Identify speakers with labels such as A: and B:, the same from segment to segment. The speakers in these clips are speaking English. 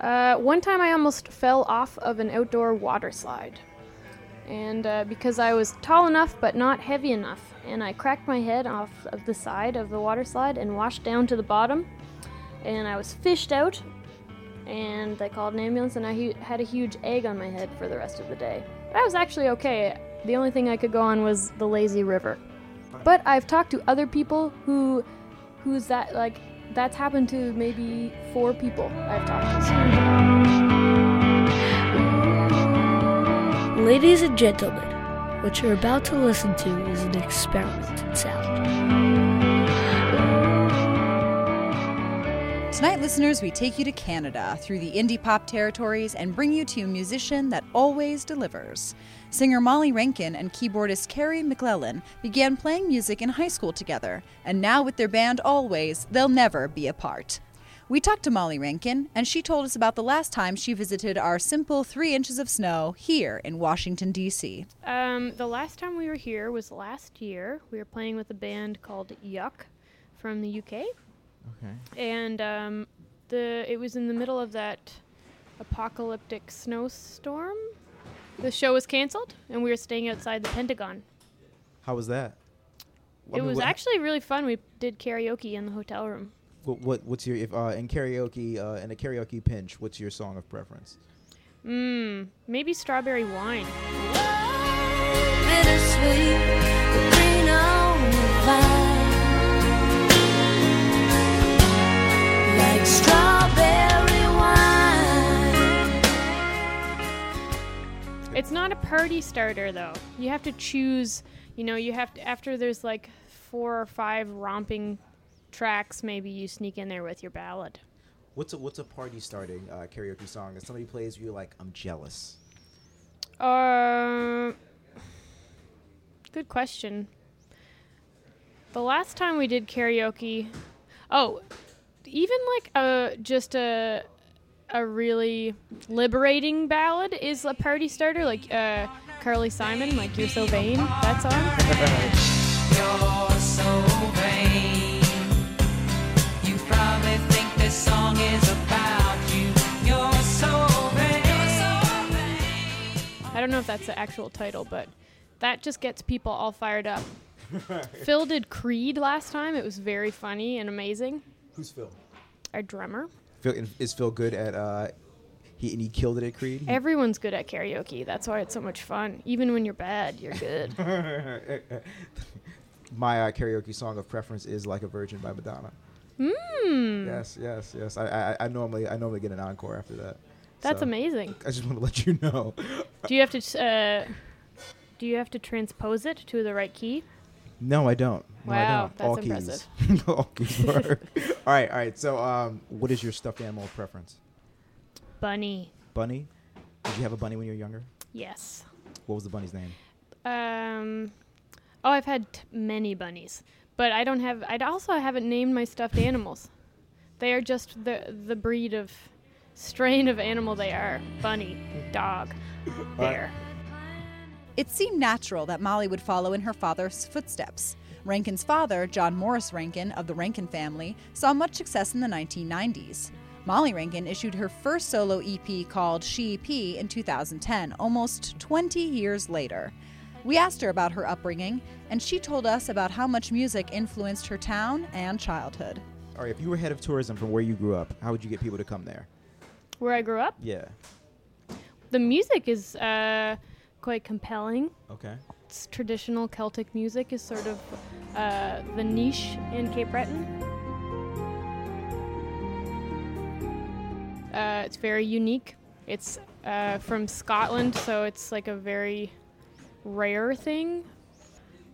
A: Uh, one time I almost fell off of an outdoor water slide. And uh, because I was tall enough but not heavy enough, and I cracked my head off of the side of the water slide and washed down to the bottom, and I was fished out, and they called an ambulance, and I hu- had a huge egg on my head for the rest of the day. But I was actually okay. The only thing I could go on was the lazy river. But I've talked to other people who, who's that like, that's happened to maybe four people I've talked to.
B: Ladies and gentlemen, what you're about to listen to is an experiment in sound.
C: Tonight, listeners, we take you to Canada through the indie pop territories and bring you to a musician that always delivers. Singer Molly Rankin and keyboardist Carrie McClellan began playing music in high school together, and now with their band Always, they'll never be apart. We talked to Molly Rankin, and she told us about the last time she visited our simple three inches of snow here in Washington, D.C.
A: Um, the last time we were here was last year. We were playing with a band called Yuck from the UK,
D: Okay.
A: and um, the it was in the middle of that apocalyptic snowstorm. The show was canceled, and we were staying outside the Pentagon.
D: How was that? I
A: it
D: mean,
A: was
D: what,
A: actually really fun. We did karaoke in the hotel room.
D: What, what what's your if uh, in karaoke uh, in a karaoke pinch? What's your song of preference?
A: Mmm, maybe strawberry wine.
E: Bittersweet, the green on the vine. Like strawberry wine.
A: It's not a party starter though. You have to choose. You know, you have to after there's like four or five romping tracks. Maybe you sneak in there with your ballad.
D: What's a what's a party starting uh, karaoke song that somebody plays? You're like, I'm jealous.
A: Um, good question. The last time we did karaoke, oh, even like a just a a really liberating ballad is a party starter. Like uh, Carly Simon, like "You're So Vain," that song.
F: You're so vain. You probably think this song is about you. You're so vain.
A: I don't know if that's the actual title, but that just gets people all fired up. Phil did Creed last time. It was very funny and amazing.
D: Who's Phil?
A: Our drummer.
D: Phil is Phil good at uh, he and he killed it at Creed. He-
A: Everyone's good at karaoke. That's why it's so much fun. Even when you're bad, you're good.
D: My uh, karaoke song of preference is "Like a Virgin" by Madonna.
A: Hmm.
D: Yes, yes, yes. I, I I normally I normally get an encore after that.
A: That's
D: So,
A: amazing.
D: I just want to let you know.
A: Do you have to uh, do you have to transpose it to the right key?
D: No, I don't. No,
A: Wow,
D: I don't.
A: that's
D: all Keys. all keys work. all right, all right. So, um, what is your stuffed animal preference?
A: Bunny.
D: Bunny? Did you have a bunny when you were younger?
A: Yes.
D: What was the bunny's name?
A: Um Oh, I've had t- many bunnies, but I don't have I also haven't named my stuffed animals. They are just the the breed of strain of animal they are. Bunny, dog, bear.
C: It seemed natural that Molly would follow in her father's footsteps. Rankin's father, John Morris Rankin of the Rankin family, saw much success in the 1990s. Molly Rankin issued her first solo EP called She EP in 2010, almost 20 years later. We asked her about her upbringing, and she told us about how much music influenced her town and childhood.
D: All right, if you were head of tourism from where you grew up, how would you get people to come there?
A: Where I grew up,
D: Yeah.
A: the music is uh, quite compelling.
D: Okay.
A: It's traditional Celtic music is sort of uh, the niche in Cape Breton. Uh, it's very unique. It's uh, from Scotland, so it's like a very rare thing.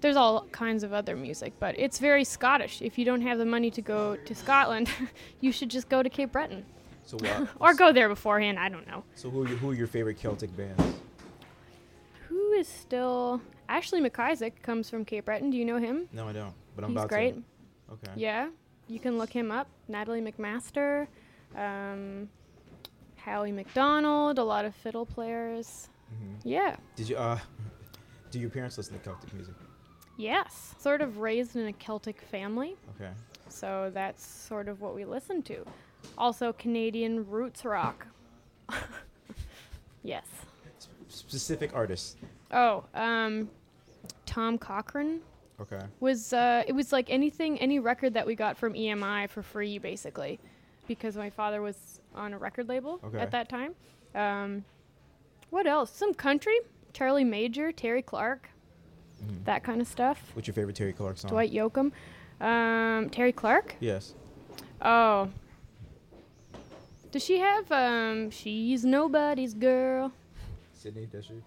A: There's all kinds of other music, but it's very Scottish. If you don't have the money to go to Scotland, you should just go to Cape Breton
D: So, uh,
A: or go there beforehand. I don't know.
D: So, who are, you, who are your favorite Celtic bands?
A: Who is still Ashley McIsaac comes from Cape Breton. Do you know him?
D: No, I don't. But I'm
A: He's
D: about
A: great.
D: to. Okay.
A: Yeah, you can look him up. Natalie McMaster, um, Howie McDonald, a lot of fiddle players. Yeah.
D: Did you? Uh, do your parents listen to Celtic music?
A: Yes. Sort of raised in a Celtic family,
D: Okay.
A: so that's sort of what we listen to.
G: Also, Canadian roots rock. yes.
D: Specific artists.
G: Oh, um, Tom Cochran
D: Okay.
G: was uh, it was like anything any record that we got from EMI for free basically, because my father was on a record label
D: Okay.
G: at that time. Um, what else? Some country, Charlie Major, Terry Clark, that kind of stuff.
D: What's your favorite Terry Clark song?
G: Dwight Yoakam, um, Terry Clark.
D: Yes.
G: Oh, does she have um? She's nobody's girl.
D: Sydney Desher.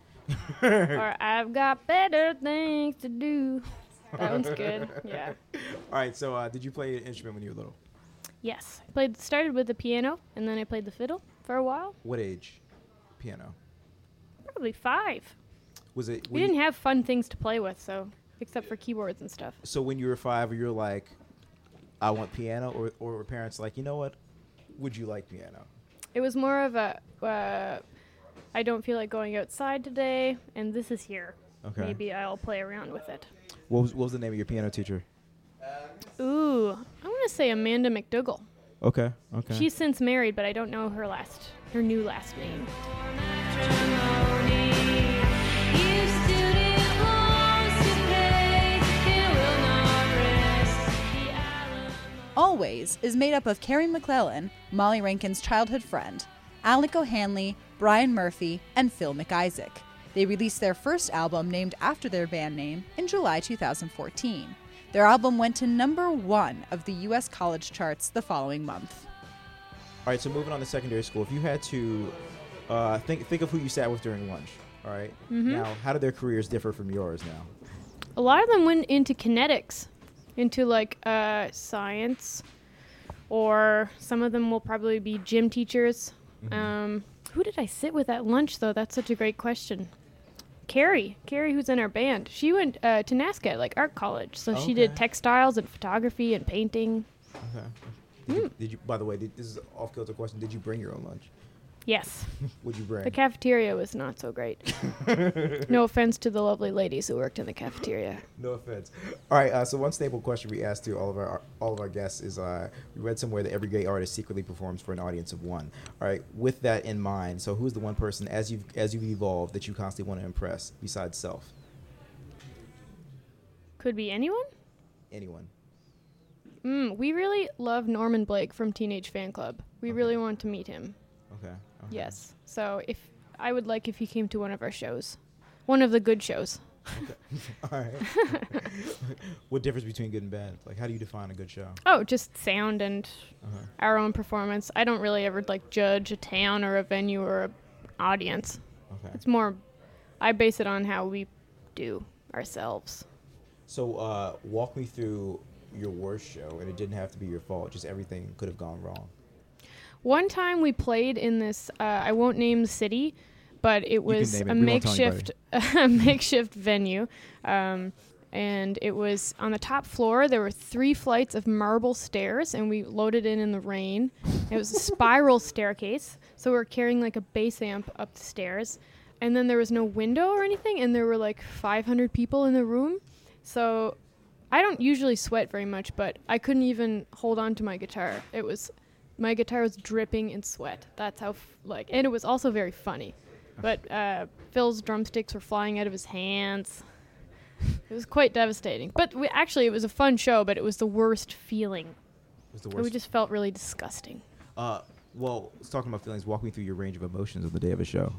G: or I've got better things to do. That one's good. Yeah.
D: All right. So, uh, did you play an instrument when you were little?
G: Yes. I played started with the piano and then I played the fiddle for a while.
D: What age? Piano.
G: Probably five.
D: Was it?
G: We didn't have fun things to play with, so except for keyboards and stuff.
D: so when you were five, you're like, I want piano, or or were parents like, you know what? Would you like piano?
G: It was more of a uh, I don't feel like going outside today, and this is here.
D: Okay.
G: Maybe I'll play around with it.
D: What was what was the name of your piano teacher?
G: Ooh, I want to say Amanda McDougall.
D: Okay. Okay.
G: She's since married, but I don't know her last, her new last name.
A: You student wants to pay, it will not rest. The island.
C: Always is made up of Carrie McClellan, Molly Rankin's childhood friend, Alec O'Hanley, Brian Murphy, and Phil McIsaac. They released their first album named after their band name in July 2014. Their album went to number one of the U.S. college charts the following month.
D: All right, so moving on to secondary school, if you had to uh, think think of who you sat with during lunch, all right?
G: Mm-hmm.
D: Now, how do their careers differ from yours now?
G: A lot of them went into kinetics, into like uh, science, or some of them will probably be gym teachers. Um, who did I sit with at lunch though? That's such a great question. Carrie, Carrie, who's in our band, she went uh, to NASCA, like art college. So she did
D: Okay.
G: textiles and photography and painting.
D: Okay. Did,
G: Mm.
D: you, did you? By the way, did, this is off kilter question. Did you bring your own lunch?
G: Yes,
D: Would you bring?
G: the cafeteria was not so great. no offense to the lovely ladies who worked in the cafeteria.
D: No offense. All right. Uh, so one staple question we asked to all of our all of our guests is: uh, we read somewhere that every gay artist secretly performs for an audience of one. All right. With that in mind, so who's the one person as you've as you've evolved that you constantly want to impress besides self?
G: Could be anyone.
D: Anyone?
G: Mm, we really love Norman Blake from Teenage Fan Club. We really want to meet him.
D: Okay. okay.
G: Yes. So if I would like if he came to one of our shows, one of the good shows.
D: All right. what difference between good and bad? Like, how do you define a good show? Uh-huh,
G: Oh, just sound and our own performance. I don't really ever like judge a town or a venue or a audience.
D: Okay.
G: It's more I base it on how we do ourselves.
D: So, uh, walk me through your worst show, and it didn't have to be your fault. Just everything could have gone wrong.
G: One time we played in this. Uh, I won't name the city, but it was
D: name it.
G: a
D: We won't tell
G: makeshift, a makeshift venue, um, and it was on the top floor. There were three flights of marble stairs, and we loaded in in the rain. It was a spiral staircase, so we were carrying like a bass amp up the stairs, and then there was no window or anything, and there were like 500 people in the room, so. I don't usually sweat very much, but I couldn't even hold on to my guitar. It was my guitar was dripping in sweat. That's how f- like, and it was also very funny. But uh, Phil's drumsticks were flying out of his hands. It was quite devastating. But we, actually, it was a fun show. But it was the worst feeling.
D: It was the
G: We
D: worst.
G: just felt really disgusting.
D: uh, well, it's talking about feelings, walk me through your range of emotions on the day of a show.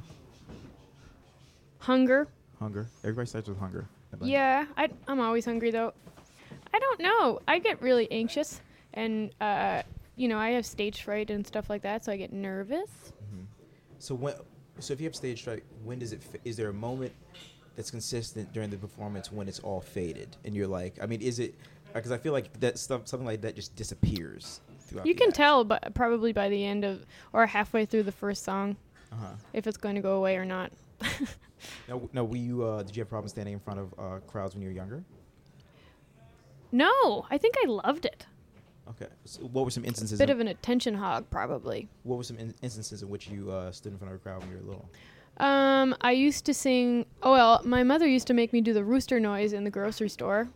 G: Hunger.
D: Hunger. Everybody starts with hunger. I think.
G: Yeah, I, I'm always hungry though. I don't know. I get really anxious, and uh, you know, I have stage fright and stuff like that, so I get nervous.
D: So when, so if you have stage fright, when does it? Fa- is there a moment that's consistent during the performance when it's all faded and you're like, I mean, is it? Because I feel like that stuff, something like that, just disappears. Throughout
G: You
D: the
G: can
D: act.
G: tell, but probably by the end of or halfway through the first song,
D: Uh-huh.
G: if it's going to go away or not.
D: Now, now, were you? Uh, did you have problems standing in front of uh, crowds when you were younger?
G: no, I think I loved it.
D: Okay. So what were some instances?
G: Bit
D: in-
G: of an attention hog, probably.
D: what were some in- instances in which you uh, stood in front of a crowd when you were little?
G: Um, I used to sing. Oh well, my mother used to make me do the rooster noise in the grocery store.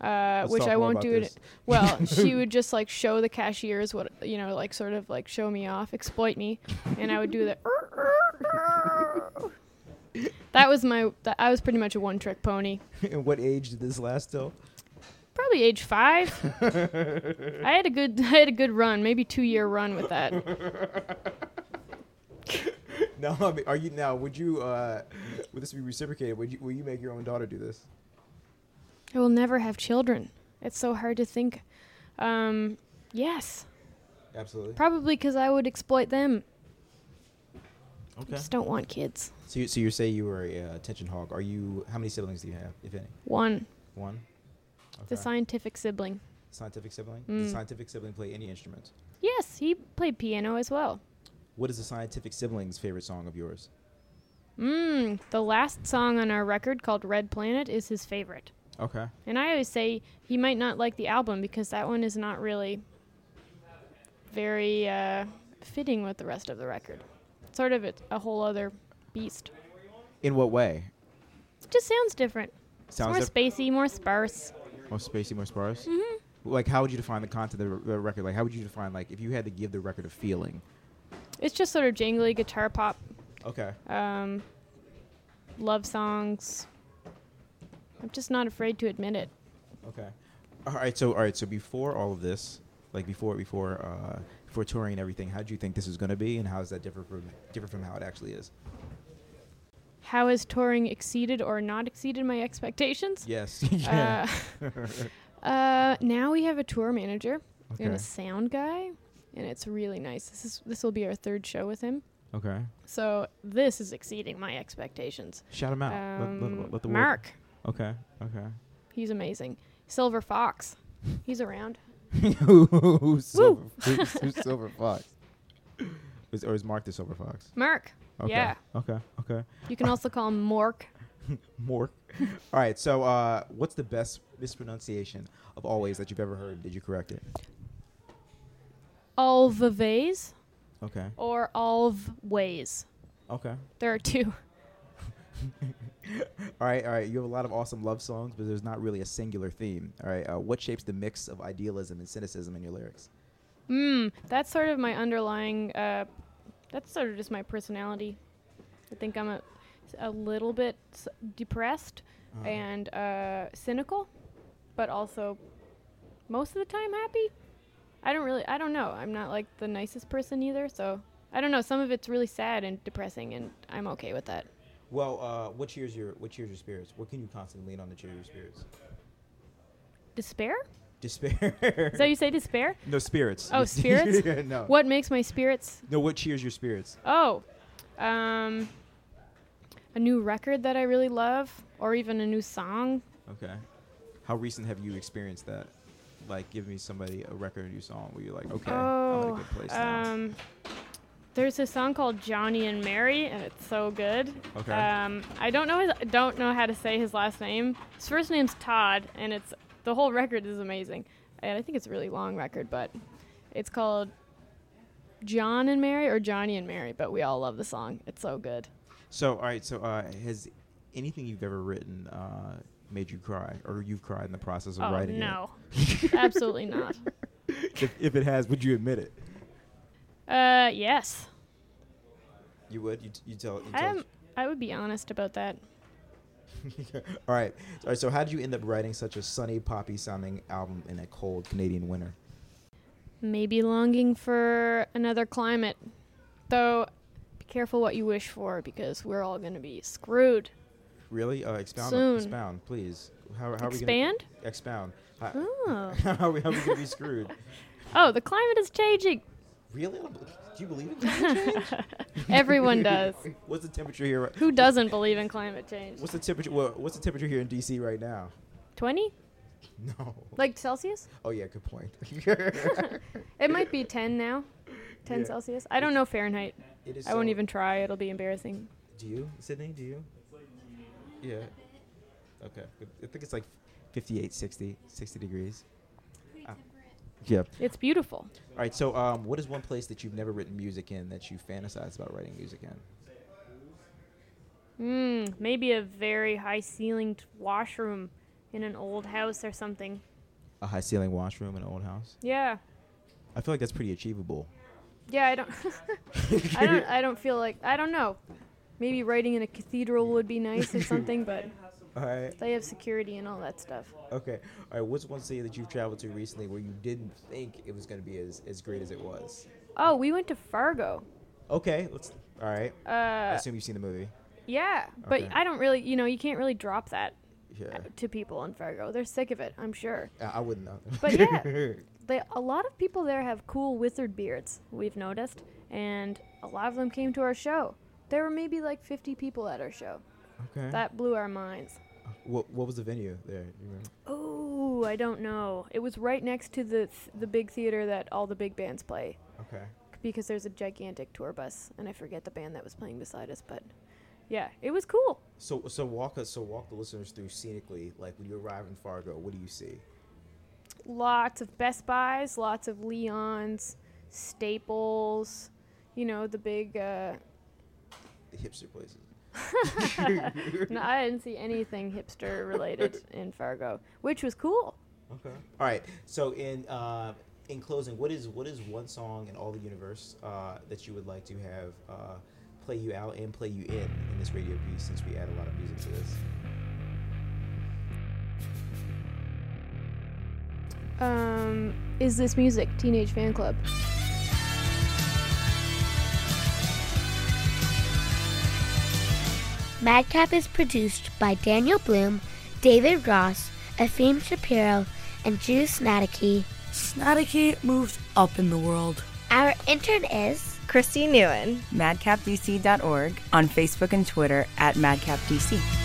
G: uh,
D: Let's
G: which
D: talk
G: I
D: more
G: won't
D: about
G: do
D: this.
G: it. Well, she would just like show the cashiers what you know, like sort of like show me off, exploit me, and I would do the. that was my. That, I was pretty much a one-trick pony.
D: and what age did this last till?
G: Probably age five. I had a good. I had a good run, maybe two-year run with that.
D: No, I mean, are you now? Would you? Uh, would this be reciprocated? Would you? Will you make your own daughter do this?
G: I will never have children. It's so hard to think. Um, yes,
D: Absolutely.
G: probably because I would exploit them.
D: Okay.
G: Just don't want kids.
D: So, you, so you say you were a uh, attention hog. Are you? How many siblings do you have, if any?
G: One,
D: One.
G: the Mm.
D: Okay.
G: scientific sibling.
D: scientific sibling. Does the scientific sibling play any instruments?
G: Yes, he played piano as well.
D: What is the scientific sibling's favorite song of yours?
G: Mm, the last song on our record called Red Planet is his favorite.
D: Okay.
G: And I always say he might not like the album because that one is not really very uh, fitting with the rest of the record. Sort of it's a whole other beast.
D: In what way?
G: It just sounds different.
D: Sounds
G: it's more
D: diff-
G: spacey, more sparse.
D: More Oh, spacey, more sparse. Mm-hmm. Like, how would you define the content of the, r- the record? Like, how would you define like if you had to give the record a feeling?
G: It's just sort of jangly guitar pop,
D: Okay.
G: um, love songs. I'm just not afraid to admit it.
D: Okay. All right. So all right. So before all of this, like before before uh, before touring and everything, how did you think this was going to be, and how is that different from different from how it actually is?
G: How has touring exceeded or not exceeded my expectations?
D: Yes. yeah.
G: Uh, uh, now we have a tour manager and
D: Okay.
G: a sound guy, and it's really nice. This is this will be our third show with him,
D: okay.
G: so this is exceeding my expectations.
D: Shout him out. Ah, Let- let,
G: Um,
D: let the world-
G: Mark,
D: Okay. Okay.
G: he's amazing. Silver Fox, he's around.
D: who, who's silver, who's, who's silver fox? Is, or is Mark the silver fox?
G: Mark,
D: Okay.
G: yeah,
D: Okay. Okay.
G: you can also call him Mork.
D: Mork. All right. So, uh, what's the best mispronunciation of always that you've ever heard? Did you correct it?
G: Alvaves
D: Okay.
G: or alvways.
D: Okay.
G: There are two.
D: All right, all right. You have a lot of awesome love songs, but there's not really a singular theme. All right, uh, what shapes the mix of idealism and cynicism in your lyrics?
G: Mm, that's sort of my underlying. Uh, that's sort of just my personality. I think I'm a, a little bit s- depressed
D: Uh-huh.
G: and uh, cynical, but also most of the time happy. I don't really. I don't know. I'm not like the nicest person either. So I don't know. Some of it's really sad and depressing, and I'm okay with that.
D: Well, uh, what cheers your what cheers your spirits? What can you constantly lean on to cheer your spirits?
G: Despair?
D: Despair.
G: Is that how you say despair?
D: no spirits.
G: Oh, spirits?
D: Yeah, no.
G: What makes my spirits
D: No, what cheers your spirits?
G: Oh, um, a new record that I really love, or even a new song.
D: Okay. How recent have you experienced that? Like, give me somebody a record or new song where you're like, okay, I'm in a
G: oh,
D: good place now.
G: um, there's a song called Johnny and Mary, and it's so good.
D: Okay.
G: Um, I don't know. His, I don't know how to say his last name. His first name's Todd, and it's the whole record is amazing. And I think it's a really long record, but it's called John and Mary or Johnny and Mary. But we all love the song. It's so good.
D: So, all right. So, uh, has anything you've ever written uh, made you cry, or you've cried in the process of
G: Oh
D: writing it?
G: no, absolutely not.
D: if, if it has, would you admit it?
G: Uh, yes.
D: You would. You, t- you tell. You
G: I
D: tell
G: am. I would be honest about that.
D: All right. All right. So, how did you end up writing such a sunny, poppy-sounding album in a cold Canadian winter?
G: Maybe longing for another climate, though. Be careful what you wish for because we're all going to be screwed.
D: Really? Uh, expound.
G: Soon.
D: Expound, please. How, how are
G: Expand?
D: we gonna expound? How,
G: Oh.
D: how are we, how are we gonna be screwed?
G: Oh, the climate is changing.
D: really? I don't bel- Do you believe in climate change?
G: Everyone does.
D: What's the temperature here? right-
G: Who doesn't believe in climate change?
D: What's the temperature? Well, what's the temperature here in DC right now?
G: Twenty,
D: No.
G: like Celsius?
D: Oh yeah, good point.
G: It might be ten now. Ten
D: Yeah.
G: Celsius. I don't know Fahrenheit.
D: It is
G: I won't
D: so-
G: even try. It'll be embarrassing.
D: Do you, Sydney? Do you? Yeah. Okay. Good. I think it's like 58, 60, 60 degrees. Ah. Yep.
G: It's beautiful.
D: All right. So, um, what is one place that you've never written music in that you fantasize about writing music in?
G: Hmm, Mm, maybe a very high ceilinged washroom in an old house or something.
D: A high ceiling washroom in an old house.
G: Yeah.
D: I feel like that's pretty achievable.
G: Yeah, I don't I don't I don't feel like I don't know. Maybe writing in a cathedral would be nice or something, but
D: All right.
G: they have security and all that stuff.
D: Okay. All right. What's one city that you've traveled to recently where you didn't think it was going to be as, as great as it was?
G: Oh, we went to Fargo.
D: Okay. Let's. All right. I
G: Uh,
D: assume you've seen the movie.
G: yeah, but
D: Okay.
G: I don't really, you know, you can't really drop that uh,
D: Yeah.
G: to people in Fargo. They're sick of it, I'm sure.
D: I, I wouldn't know.
G: But yeah. They a lot of people there have cool wizard beards. We've noticed, and a lot of them came to our show. There were maybe like 50 people at our show.
D: okay.
G: That blew our minds.
D: What What was the venue there? You remember?
G: Oh, I don't know. It was right next to the th- the big theater that all the big bands play
D: Okay.
G: because there's a gigantic tour bus and I forget the band that was playing beside us, but yeah, it was cool.
D: So so walk us so walk the listeners through scenically. Like when you arrive in Fargo, what do you see?
G: Lots of Best Buys, lots of Leons, Staples, you know, the big uh
D: The hipster places.
G: no, I didn't see anything hipster related in Fargo, which was cool.
D: Okay. All right. So in uh, in closing, what is what is one song in all the universe uh, that you would like to have uh, play you out and play you in in this radio piece since we add a lot of music to this?
G: Um is this music Teenage Fan Club?
H: Madcap is produced by Daniel Bloom, David Ross, Efim Shapiro, and Drew Snatke.
E: Snatake moves up in the world.
H: Our intern is
I: Christy Newen. MadcapDC.org on Facebook and Twitter at MadcapDC.